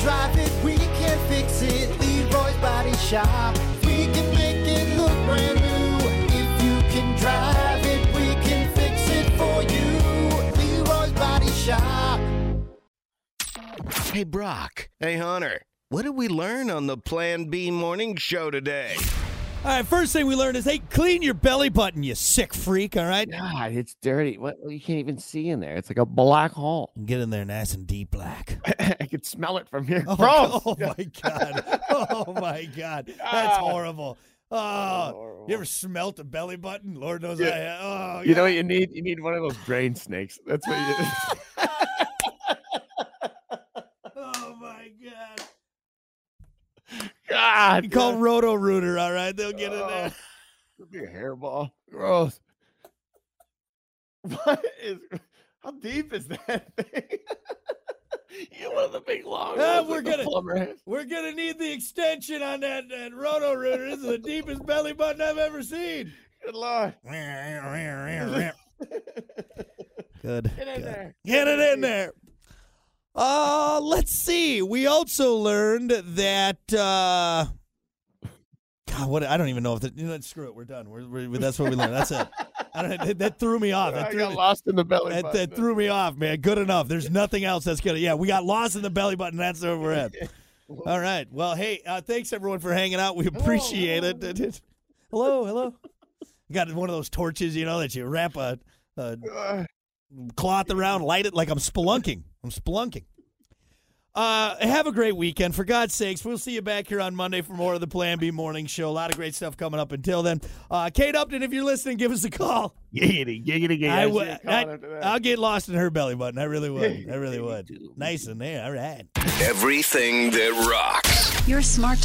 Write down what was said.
drive it, we can fix it. Leroy's Body Shop. We can make it look brand new. If you can drive it, we can fix it for you. Leroy's Body Shop. Hey, Brock, Hey, Hunter, what did we learn on the Plan B morning show today? All right, first thing we learned is hey, clean your belly button, you sick freak. All right, God, it's dirty. What you can't even see in there. It's like a black hole. get in there nice and deep black. Oh. I can smell it from here. Oh, Gross. oh my god! Oh my god! That's horrible. Oh, Ah. horrible. you ever smelt a belly button? Lord knows I have. Oh, You know what you need? You need one of those drain snakes. That's what you Oh my god! God. You call Roto Rooter, all right? They'll get in Oh, there. it'd be a hairball. Gross. What is how deep is that thing? you one of the big long Ah, ones we're like the gonna- plumber has. We're gonna need the extension on that, that Roto Rooter. This is the deepest belly button I've ever seen. Good lord. Good. Get in there. Get it in there. Uh, let's see. We also learned that. Uh, God, what I don't even know if that. You know, screw it. We're done. We're, we're that's what we learned. That's it. I don't, that, that threw me off. Ah, That I threw got me, lost in the belly. that, button. that threw me off, man. Good enough. There's nothing else that's gonna. Yeah, we got lost in the belly button. That's where we're at. All right. Well, hey, uh, thanks everyone for hanging out. We appreciate it. hello, hello. Got one of those torches, you know, that you wrap a, a Uh, cloth around, light it like I'm spelunking. I'm spelunking. Uh, have a great weekend. For God's sakes, we'll see you back here on Monday for more of the Plan B Morning Show. A lot of great stuff coming up. Until then, uh, Kate Upton, if you're listening, give us a call. giggity, giggity, giggity. I I see would- you calling I- after that. I'll get lost in her belly button. I really would. I really Me would. too, me Nice in there. All right. Everything that rocks. Your smart